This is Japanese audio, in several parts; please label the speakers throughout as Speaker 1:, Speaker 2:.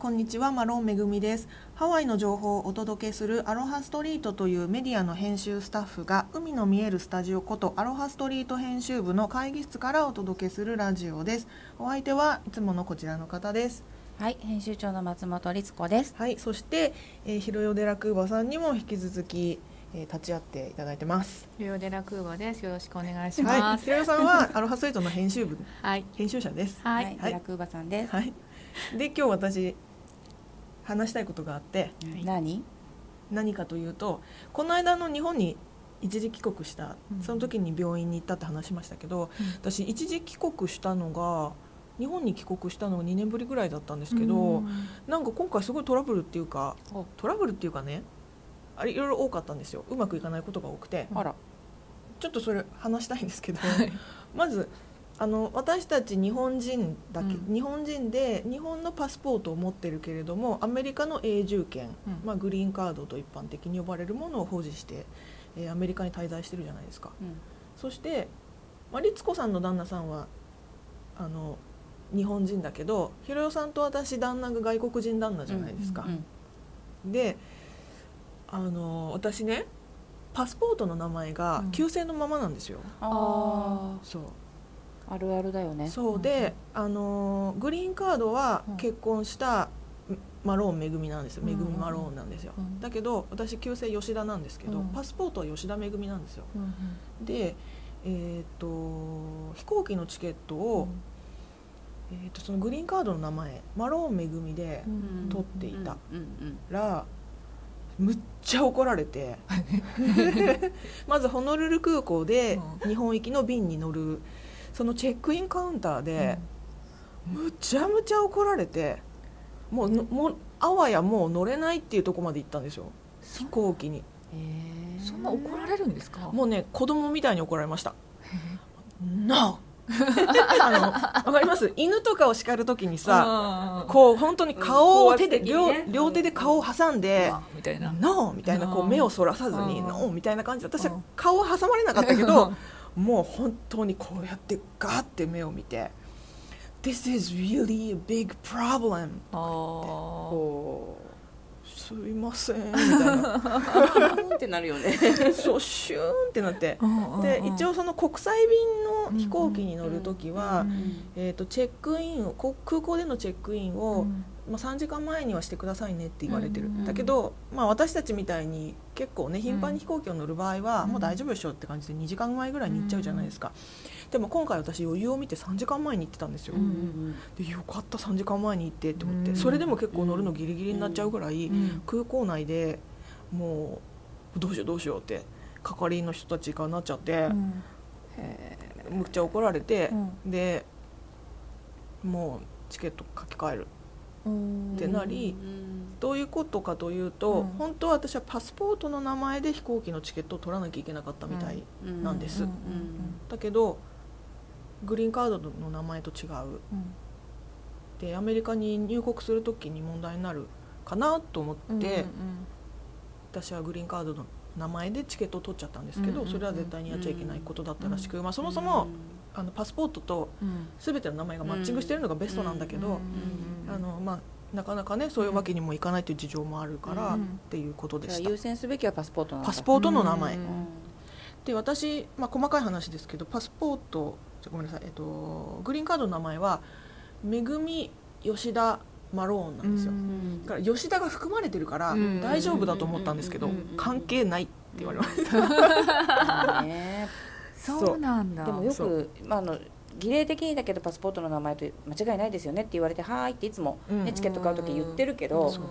Speaker 1: こんにちはマロンめぐみですハワイの情報をお届けするアロハストリートというメディアの編集スタッフが海の見えるスタジオことアロハストリート編集部の会議室からお届けするラジオですお相手はいつものこちらの方です
Speaker 2: はい、編集長の松本律子です。
Speaker 1: はいそして、えー、ひろよでらくーばさんにも引き続き、えー立ち会っていただいてます
Speaker 3: リオデラクーバです。よろしくお願いし
Speaker 1: は
Speaker 3: ま
Speaker 1: い、
Speaker 3: す。
Speaker 1: ひろよさんはアロハストリートの編集部
Speaker 3: はい。
Speaker 1: 編集者です
Speaker 3: はい。
Speaker 1: はい
Speaker 2: ラクーバさんです。
Speaker 1: はいで今日私話したいことがあって
Speaker 3: はい
Speaker 2: 何？
Speaker 1: 何かというとこの間の日本に一時帰国した
Speaker 3: うん
Speaker 1: その時に病院に行ったって話しましたけど、
Speaker 3: うん
Speaker 1: 私一時帰国したのが日本に帰国したのが2年ぶりぐらいだったんですけど、
Speaker 3: うん
Speaker 1: なんか今回すごいトラブルっていうか
Speaker 2: お
Speaker 1: トラブルっていうかねあれいろいろ多かったんですようまくいかないことが多くて
Speaker 2: あら、
Speaker 1: ちょっとそれ話したいんですけど、
Speaker 3: はい
Speaker 1: まずあの私たち日本人だけ、
Speaker 3: うん
Speaker 1: 日本人で日本のパスポートを持ってるけれどもアメリカの永住権、
Speaker 3: うん
Speaker 1: まあ、グリーンカードと一般的に呼ばれるものを保持して、えーアメリカに滞在してるじゃないですか
Speaker 2: うん、
Speaker 1: そして、まあ、律子さんの旦那さんはあの日本人だけどひろよさんと私旦那が外国人旦那じゃないですか、
Speaker 2: うん、
Speaker 1: であの私ねパスポートの名前が
Speaker 3: うん
Speaker 1: 旧姓のままなんですよ、
Speaker 2: あ
Speaker 1: そう
Speaker 2: あ、あるあるだよね。
Speaker 1: そうで、あのーグリーンカードは
Speaker 3: うん
Speaker 1: 結婚したんマローンめぐみなんですよ
Speaker 3: うん
Speaker 1: めぐみマローンなんですよ、
Speaker 3: うん
Speaker 1: だけど私旧姓吉田なんですけど、
Speaker 3: うん
Speaker 1: パスポートは吉田めぐみなんですよ
Speaker 3: うんうん
Speaker 1: でえーっと飛行機のチケットを、えーっとそのグリーンカードの名前マローンめぐみで
Speaker 3: うん
Speaker 1: 撮ってい
Speaker 2: うん、
Speaker 1: た
Speaker 2: うんうん、
Speaker 1: ら、むっちゃ怒られてまずホノルル空港で日本行きの便に乗るそのチェックインカウンターで、むちゃむちゃ怒られてもうのもうあわやもう乗れないっていうところまで行ったんですよ飛行機に
Speaker 3: うんそんな怒られるんですか？
Speaker 1: もうね子供みたいに怒られました「NO! 」 あのわかります犬とかを叱る時にさ
Speaker 3: さ
Speaker 1: こう本当に顔
Speaker 2: う
Speaker 1: を
Speaker 2: ん
Speaker 1: 手で、
Speaker 2: 高圧的に
Speaker 1: 両
Speaker 2: ね
Speaker 1: 両手で顔を挟んで
Speaker 3: みたい
Speaker 1: 「
Speaker 3: な。
Speaker 1: NO!」みたいなこう
Speaker 3: うん
Speaker 1: 目をそらさずに「
Speaker 3: うん
Speaker 1: NO!」みたいな感じで私
Speaker 3: う
Speaker 1: は
Speaker 3: ん
Speaker 1: 顔は挟まれなかったけど もう本当にこうやってガーって目を見て「This is really a big problem」
Speaker 3: あー
Speaker 2: こ
Speaker 1: すいませんみたい な
Speaker 2: う、ってなるよね。
Speaker 1: そうシューンってなって
Speaker 3: うんうん。
Speaker 1: で一応その国際便の飛行機に乗る時は、
Speaker 3: うん
Speaker 1: えー、とチェックインをこ空港でのチェックイン
Speaker 3: う
Speaker 1: を、
Speaker 3: ん
Speaker 1: まあ、3時間前にはしてくださいねって言われてる、
Speaker 3: うん
Speaker 2: うん
Speaker 1: だけど、まあ、私たちみたいに結構ね頻繁に飛行機を乗る場合は、
Speaker 3: うん
Speaker 1: もう大丈夫でしょって感じで2時間前ぐらいに行っちゃうじゃないですか、でも今回私余裕を見て3時間前に行ってたんですよ、
Speaker 2: うんうん
Speaker 1: でよかった3時間前に行ってって思って、
Speaker 3: うん
Speaker 1: それでも結構乗るのギリギリになっちゃうぐらい、
Speaker 3: うん
Speaker 1: 空港内でもうどうしようどうしようって係員の人たちがなっちゃって
Speaker 3: う、ん
Speaker 1: むっちゃ怒られて
Speaker 3: う、ん
Speaker 1: でもうチケット書き換える
Speaker 3: うん
Speaker 1: でなり
Speaker 2: うん
Speaker 1: どういうことかというと、
Speaker 3: うん
Speaker 1: 本当は私はパスポートの名前で飛行機のチケットを取らなきゃいけなかったみたい、
Speaker 2: うん、
Speaker 1: なんです
Speaker 3: うん
Speaker 1: だけどグリーンカードの名前と違う
Speaker 3: うん
Speaker 1: でアメリカに入国する時に問題になるかなと思
Speaker 3: う
Speaker 1: っ
Speaker 3: んう
Speaker 1: て、
Speaker 3: ん
Speaker 1: 私はグリーンカードの名前でチケットを取っちゃったんですけど、
Speaker 3: うんうんうん
Speaker 1: それは絶対にやっちゃいけないことだったらしく、まあ、そもそも、あのパスポートと
Speaker 3: うん
Speaker 1: 全ての名前がマッチングしてるのがベストなんだけど、
Speaker 3: うん
Speaker 1: あのまあ、なかなかねそういうわけにもいかないという事情もあるから、
Speaker 3: うん
Speaker 1: っていうこと
Speaker 2: うん、
Speaker 1: で
Speaker 2: じゃあ
Speaker 1: した
Speaker 2: 優。先すべきはパスポートなんだ。
Speaker 1: パスポートの名前、
Speaker 3: うん
Speaker 1: で私、まあ、細かい話ですけどパスポートじゃごめんなさい、えっと、グリーンカードの名前はめぐみ吉田マローンなんですよ、
Speaker 3: うん
Speaker 2: うん
Speaker 1: だから吉田が含まれてるから
Speaker 3: うん
Speaker 1: 大丈夫だと思ったんですけど
Speaker 2: うんうんうんうん
Speaker 1: 関係ないって言われました
Speaker 2: ね
Speaker 3: そうなんだ。
Speaker 2: でもよ
Speaker 1: そ
Speaker 2: く、まあ、あの儀礼的にだけどパスポートの名前と間違いないですよねって言われて「はーい」っていつも、ね
Speaker 1: うん
Speaker 2: チケット買う時言ってるけ
Speaker 3: う
Speaker 2: ど
Speaker 3: ん
Speaker 1: そう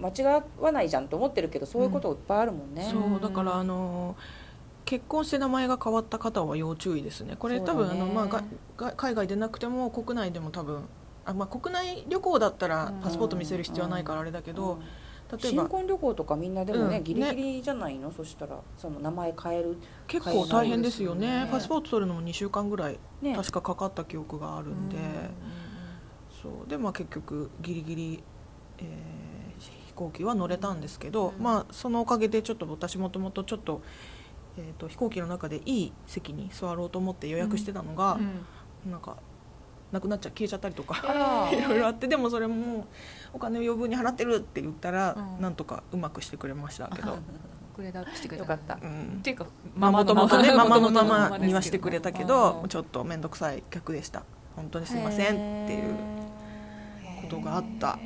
Speaker 2: 間違わないじゃんと思ってるけどそういうこといっぱいあるもんね。
Speaker 1: そうだからあの結婚して名前が変わった方は要注意ですねこれ
Speaker 2: そう
Speaker 1: 多
Speaker 2: だね
Speaker 1: 分、あのまあがが海外でなくても国内でも多分あ、まあ、国内旅行だったらパスポート見せる必要はないからあれだけど、例えば
Speaker 2: 新婚旅行とかみんなでもね、
Speaker 1: うん
Speaker 2: ギリギリじゃないのそしたらその名前変える、
Speaker 1: 結構大変ですよ
Speaker 3: 海
Speaker 1: ね
Speaker 2: 外ですよね
Speaker 1: パスポート取るのも2週間ぐらい
Speaker 2: ね、
Speaker 1: 確かかかった記憶があるんで、そうでまあ結局ギリギリ、えー飛行機は乗れたんですけど、
Speaker 2: うん
Speaker 1: まあそのおかげでちょっと私もともとちょっと,、えー、と飛行機の中でいい席に座ろうと思って予約してたのが、
Speaker 3: うん
Speaker 1: なんかなくなっちゃ消えちゃったりと
Speaker 2: あ
Speaker 1: か
Speaker 2: ら
Speaker 1: いろいろあってでもそれもお金を余分に払ってるって言ったら、
Speaker 3: うん
Speaker 1: なんとかうまくしてくれましたけど、
Speaker 3: グレードアップしてくれ
Speaker 2: よ
Speaker 3: た
Speaker 2: かっ
Speaker 1: う
Speaker 2: た
Speaker 1: ん
Speaker 3: っていうか
Speaker 1: まあもともとねママのままに
Speaker 3: 言わ
Speaker 1: はしてくれたけどちょっと面倒くさい客でした本当にすいませんっていうことがあった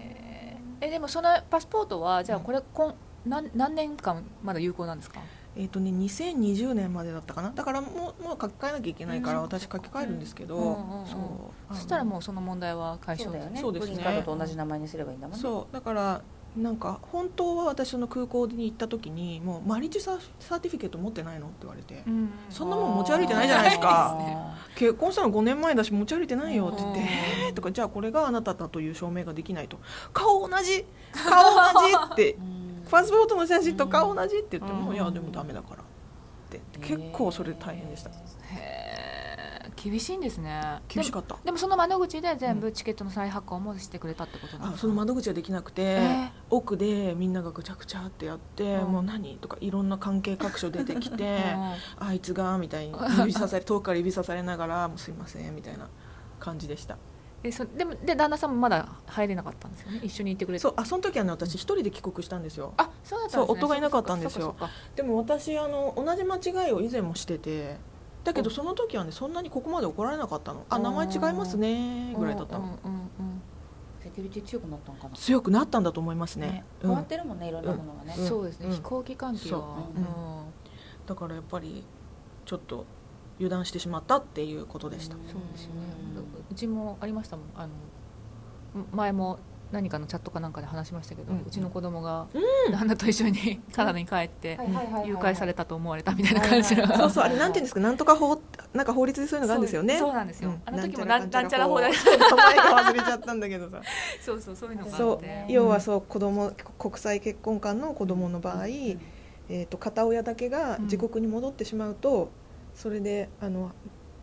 Speaker 3: えでもそのパスポートはじゃあこれこん何何年間まだ有効なんですか
Speaker 1: えっ、とね2020年までだったかなだからもうもう書き換えなきゃいけないから
Speaker 3: うん
Speaker 1: 私書き換えるんですけど、
Speaker 3: うんうんうん
Speaker 1: そうあの
Speaker 3: そしたらもうその問題は解
Speaker 2: そ
Speaker 3: 消
Speaker 2: うだよね
Speaker 1: そうです
Speaker 2: プ
Speaker 1: ね
Speaker 2: リンカードと同じ名前にすればいいんだもんね
Speaker 1: そうだからなんか本当は私その空港に行った時にもうマリッジササーティフィケート持ってないのって言われて、
Speaker 3: うんうん
Speaker 1: そんなもん持ち歩いてないじゃないですか
Speaker 2: あ
Speaker 1: 結婚したの5年前だし持ち歩いてないよって言って
Speaker 3: うん
Speaker 1: 「えーとかじゃあこれがあなただという証明ができないと顔同じ顔同じって
Speaker 2: ーうん
Speaker 1: パスポートの写真と顔同じって言っても、
Speaker 2: うん
Speaker 1: いやでもダメだからって結構それ大変でした
Speaker 3: へえ厳しいんですね
Speaker 1: 厳しかっ
Speaker 3: で
Speaker 1: た
Speaker 3: もでもその窓口で全部チケットの再発行もしてくれたってことなん
Speaker 1: あ
Speaker 3: です
Speaker 1: そ
Speaker 3: か
Speaker 1: の窓口ができなくて、
Speaker 3: え
Speaker 1: 奥でみんながぐちゃぐちゃってやって、
Speaker 3: うん
Speaker 1: もう何とかいろんな関係各所出て きて
Speaker 3: うん
Speaker 1: あいつがみたいに指さされ遠くから指さされながら「もうすいません」みたいな感じでした
Speaker 3: えそでもで旦那さんもまだ入れなかったんですよね一緒に行ってくれて
Speaker 1: そうあその時はね私一人で帰国したんですよ
Speaker 3: あそうだったんですね
Speaker 1: そう夫がいなかったんですよ
Speaker 3: そっかそっか
Speaker 1: でも私あの同じ間違いを以前もしててだけどその時はねそんなにここまで怒られなかったのあ名前違いますねぐらいだったの
Speaker 3: うんうんうん
Speaker 2: セキュリティ強くなったのかな
Speaker 1: 強くなったんだと思いますね
Speaker 2: ね
Speaker 1: う
Speaker 2: 変わっ
Speaker 1: ん、
Speaker 2: てるもんねいろんなものがね
Speaker 3: うんそうですね、
Speaker 1: うん
Speaker 3: 飛行機関係は
Speaker 2: そう
Speaker 1: うん
Speaker 3: うん
Speaker 1: だからやっぱりちょっと油断してしまったっていうことでした、
Speaker 2: うん
Speaker 3: そうですよねううちもありましたもんあのん前も何かのチャットかなんかで話しましたけど、
Speaker 1: う
Speaker 3: うんちの子供が
Speaker 1: ん
Speaker 3: 旦那と一緒にカナダに帰って
Speaker 2: はいはいはいはい
Speaker 3: 誘拐されたと思われたみたいな感じの
Speaker 2: はいはい
Speaker 1: そ
Speaker 2: は
Speaker 1: うそうあれなんていうんですかなんとか法なんか法律でそういうのがあるんですよね
Speaker 3: そうそうなんですよ、
Speaker 1: うん
Speaker 3: あの時もランランチャラ法だ
Speaker 1: だ
Speaker 3: し
Speaker 1: 名前が忘れちゃったんだけどさ
Speaker 3: そうそう そういうのがあ
Speaker 1: そ
Speaker 3: っ
Speaker 1: う
Speaker 3: て
Speaker 1: 要はそう子供国際結婚間の子供の場合、
Speaker 2: うん
Speaker 1: えー、と片親だけが
Speaker 3: うん
Speaker 1: 自国に戻ってしまうと、それであの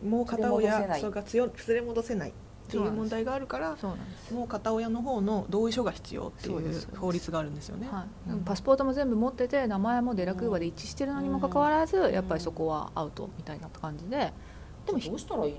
Speaker 1: もう片
Speaker 2: 連れ戻せ
Speaker 1: 親
Speaker 2: ない
Speaker 1: それが強い連れ戻せないって
Speaker 3: そ
Speaker 1: い
Speaker 3: う
Speaker 1: う
Speaker 3: なんです
Speaker 1: 問題があるから
Speaker 3: そうなんです
Speaker 1: もう片親の方の同意書が必要ってい
Speaker 3: そうですそう
Speaker 1: う
Speaker 3: です
Speaker 1: 法律があるんですよね。
Speaker 3: はい、
Speaker 1: うん
Speaker 3: パスポートも全部持ってて名前もデラクーバで一致してるのにもかかわらず、
Speaker 2: ん
Speaker 3: やっぱりそこはアウトみたいな感じででも
Speaker 2: どうしたらいいの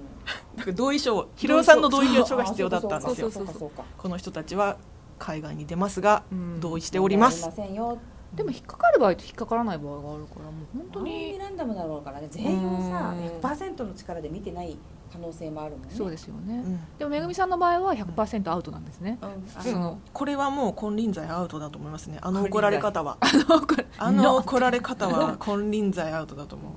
Speaker 1: だから同意書を広尾さんの同意書が必要だったん
Speaker 2: あ
Speaker 1: ですよ
Speaker 2: そうかそうかそうか
Speaker 1: この人たちは海外に出ますが
Speaker 3: うん
Speaker 1: 同意しております、
Speaker 2: 問題ありませんよ
Speaker 3: でも引っかかる場合と引っかからない場合があるからもう本当
Speaker 2: 本当に
Speaker 3: に
Speaker 2: ランダムだろうからね全員をさ
Speaker 3: うん
Speaker 2: 100%の力で見てない可能性もあるもんね
Speaker 3: そうですよね、
Speaker 1: うん
Speaker 3: でもめぐみさんの場合は100%アウトなんですね、
Speaker 2: うんあ
Speaker 3: そ
Speaker 2: の
Speaker 3: の
Speaker 1: これはもう金輪際アウトだと思いますねあの怒られ方は
Speaker 3: これ
Speaker 1: あの怒られ方は金輪際アウトだと思う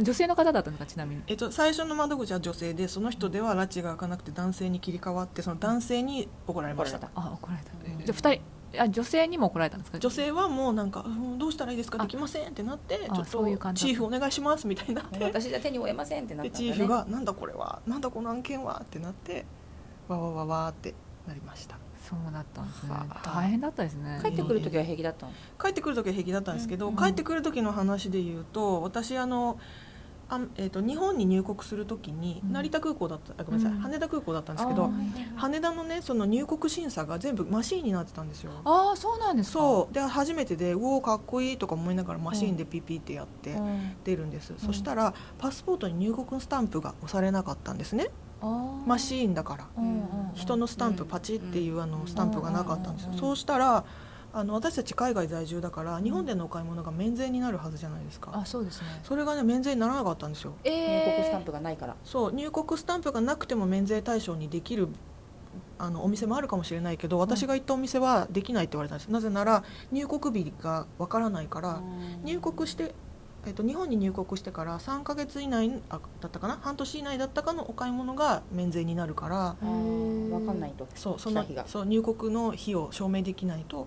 Speaker 3: 女性の方だったのかちなみに
Speaker 1: えっと、最初の窓口は女性でその人では拉致が開かなくて男性に切り替わってその男性に怒られました
Speaker 2: 怒ら
Speaker 3: あ怒られた
Speaker 2: うん
Speaker 3: じゃあ2人あ女性にも怒られたんですか
Speaker 1: 女性はもうなんか、うんどうしたらいいですか
Speaker 3: あ
Speaker 1: できませんってなってち
Speaker 3: あ
Speaker 1: ょっ
Speaker 3: そういう
Speaker 1: と
Speaker 3: 感じ
Speaker 1: チ
Speaker 3: だ
Speaker 1: ーフお願いしますみたいになっ
Speaker 2: れ
Speaker 1: て
Speaker 2: 私じゃ手に負えませんってなっ
Speaker 1: で
Speaker 2: たんだ
Speaker 1: チ
Speaker 2: ね
Speaker 1: ーフが「なんだこれはなんだこの案件は」ってなってわわわわってなりました
Speaker 3: そうだったんですね
Speaker 1: はあ
Speaker 3: 大変だったですね
Speaker 2: 帰ってくる時は平気だったの
Speaker 1: 帰ってくる時は平気だったんですけど、
Speaker 2: うん
Speaker 1: 帰ってくる時の話で言うと私あのあ、えっと日本に入国する時に
Speaker 3: うん
Speaker 1: 成田空港だったあごめんなさい、
Speaker 3: うん
Speaker 1: 羽田空港だったんですけど
Speaker 3: あ
Speaker 1: 羽田のねその入国審査が全部マシーンになってたんですよ
Speaker 3: ああそうなんですか
Speaker 1: そうで初めてでうおーかっこいいとか思いながらマシーンでピッピってやって
Speaker 2: うん
Speaker 1: 出るんです、そしたらパスポートに入国スタンプが押されなかったんですねマ
Speaker 3: マ
Speaker 1: シーンだから人のスタンプパチっていうあのスタンプがなかったんですよ
Speaker 2: うん
Speaker 1: そうしたらあの私たち海外在住だから日本でのお買い物が免税になるはずじゃないですか
Speaker 3: あそうですね
Speaker 1: それがね免税にならなかったんですよ
Speaker 3: え
Speaker 2: 入国スタン
Speaker 3: プ
Speaker 2: プがないから
Speaker 1: そう入国スタンプがなくても免税対象にできるあのお店もあるかもしれないけど私が行ったお店はできないって言われたんですなぜなら入国日がわからないから入国して、えっと日本に入国してから3ヶ月以内あだったかな半年以内だったかのお買い物が免税になるから
Speaker 2: あーわかんないと
Speaker 1: そうその
Speaker 2: 来た日が
Speaker 1: そう入国の日を証明できないと,、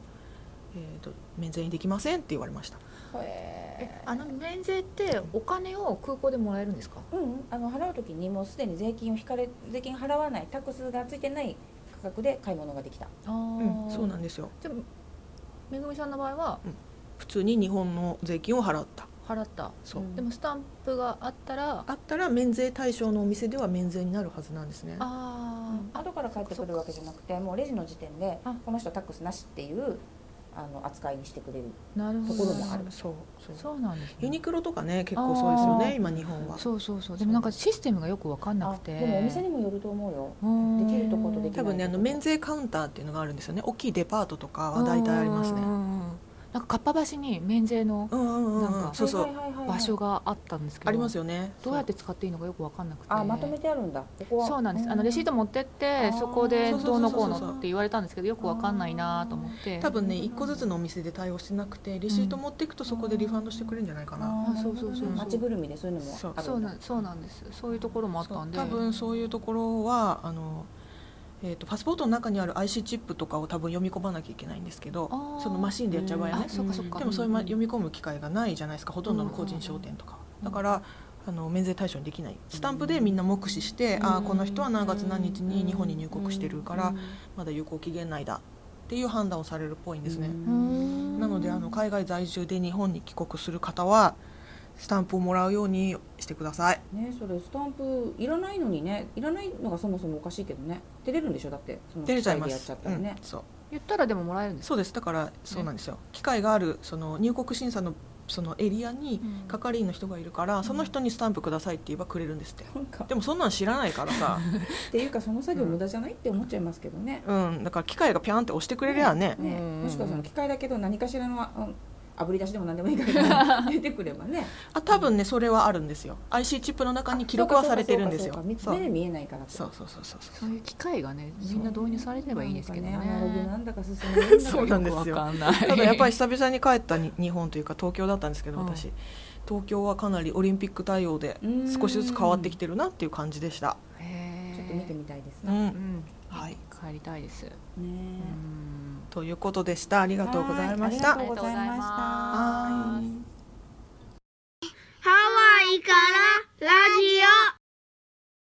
Speaker 1: えっと免税にできませんって言われました
Speaker 2: へー
Speaker 3: あの免税ってお金を空港でもらえるんですか
Speaker 2: うんあの払う時にもうすでに税金を引かれ税金払わないタックスがついてない価格で買い物ができた
Speaker 3: あ
Speaker 1: うん
Speaker 3: あ
Speaker 1: そうなんんですよ
Speaker 3: じゃあめぐみさんの場合は
Speaker 1: 普通に日本の税金を払った
Speaker 3: 払った
Speaker 1: そう、
Speaker 2: うん
Speaker 3: でもスタンプがあったら
Speaker 1: あったら免税対象のお店では免税になるはずなんですね
Speaker 3: あ
Speaker 2: 後から帰ってくるわけじゃなくてもうレジの時点で
Speaker 3: あ
Speaker 2: この人タックスなしっていうあの扱いにしてくれる
Speaker 3: なるほど
Speaker 2: ところもある
Speaker 1: そうそう
Speaker 3: そうなんです、ね、
Speaker 1: ユニクロとかね結構そうですよ
Speaker 3: あ
Speaker 1: ね
Speaker 3: ー
Speaker 1: 今日本は
Speaker 3: そうそうそうでもなんかシステムがよく分かんなくて
Speaker 2: あでもお店にもよると思うよ
Speaker 3: で
Speaker 2: できるとことでき
Speaker 1: 多分ねあの免税カウンターっていうのがあるんですよね大きいデパートとかは大体ありますね
Speaker 3: なんかかっぱ橋に免税の
Speaker 1: うんうんうん
Speaker 3: なん
Speaker 1: うん
Speaker 3: か
Speaker 1: そうそう
Speaker 2: はいはいはいはい
Speaker 3: 場所があったんですけど、
Speaker 1: ありますよね
Speaker 3: どうやって使っていいのかよく分かんなくて
Speaker 2: あまとめてあるんだここは
Speaker 3: そうなんですあのレシート持ってっ
Speaker 2: あ
Speaker 3: て
Speaker 2: ー
Speaker 3: そこでどうのこうの
Speaker 1: そうそうそうそう
Speaker 3: って言われたんですけどよく分かんないなと思って
Speaker 1: 多分ね一個ずつのお店で対応してなくてレシート持っていくとそこでリファンドしてくれるんじゃないかな
Speaker 2: あー
Speaker 3: あそうそうそうそう
Speaker 2: 街ぐるみでそういうのもあるんだ
Speaker 3: そうなんそうなんですそういうところもあったんで
Speaker 1: そう多分そういうところはあの、えー、とパスポートの中にある IC チップとかを多分読み込まなきゃいけないんですけど
Speaker 3: あー
Speaker 1: そのマシンでやっちゃう場合はね
Speaker 3: あそうかそうか
Speaker 1: でもそういうま
Speaker 3: ん
Speaker 1: 読み込む機会がないじゃないですかほとんどの個人商店とかは
Speaker 2: うん
Speaker 1: だからあの免税対象にできないスタンプでみんな目視して、ああこの人は何月何日に日本に入国してるから、まだ有効期限内だっていう判断をされるっぽいんですね、
Speaker 3: うん
Speaker 1: なのであの海外在住で日本に帰国する方はスタンプをもらうようにしてください
Speaker 2: ねそれスタンプいらないのにねいらないのがそもそもおかしいけどね照れるんでしょだってその
Speaker 1: 出れちゃいま
Speaker 2: 機械でやっ
Speaker 1: す
Speaker 2: ちゃったらね
Speaker 1: うん、そう
Speaker 3: 言ったらでももらえるんですか
Speaker 1: そうですだからそうなんですよ、機会があるその入国審査のそのエリアに
Speaker 3: うん
Speaker 1: 係員の人がいるから、その人にスタンプくださいって言えばくれるんですって
Speaker 2: なんか
Speaker 1: でもそんなん知らないからさ
Speaker 2: っていうかその作業無駄じゃないって思っちゃいますけどね
Speaker 1: うんだから機械がピャンって押してくれりゃね
Speaker 2: ね
Speaker 3: うん
Speaker 2: もしくはその機械だけど何かしらのああぶり出しでも何でもいいから出てくればね
Speaker 1: あ多分ねそれはあるんですよ IC チップの中に記録はされてるんですよ
Speaker 2: そうかそうかそう
Speaker 1: そ
Speaker 2: か目で
Speaker 1: う
Speaker 2: 見えないからって
Speaker 1: そうそうそうそうそう
Speaker 3: そういう機会がねみんな導入されればいいですけどね
Speaker 2: なんかアナログなんだか進むね
Speaker 1: そうなんです
Speaker 3: よ
Speaker 1: よ
Speaker 3: くわかんない
Speaker 1: ただやっぱ り久々に帰ったに日本というか東京だったんですけど
Speaker 3: うん
Speaker 1: 私、東京はかなりオリンピック対応で
Speaker 2: うん
Speaker 1: 少しずつ変わってきてるなっていう感じでした、
Speaker 3: へー
Speaker 2: ちょっと見てみたいです
Speaker 1: う、
Speaker 2: な、ね
Speaker 3: うんん
Speaker 1: はい
Speaker 3: 帰りたいですう
Speaker 2: え
Speaker 3: ん
Speaker 1: ということでしたありがとうございまし
Speaker 2: は
Speaker 1: た
Speaker 2: いありがとうございました
Speaker 1: はい
Speaker 4: ハワイからラジオ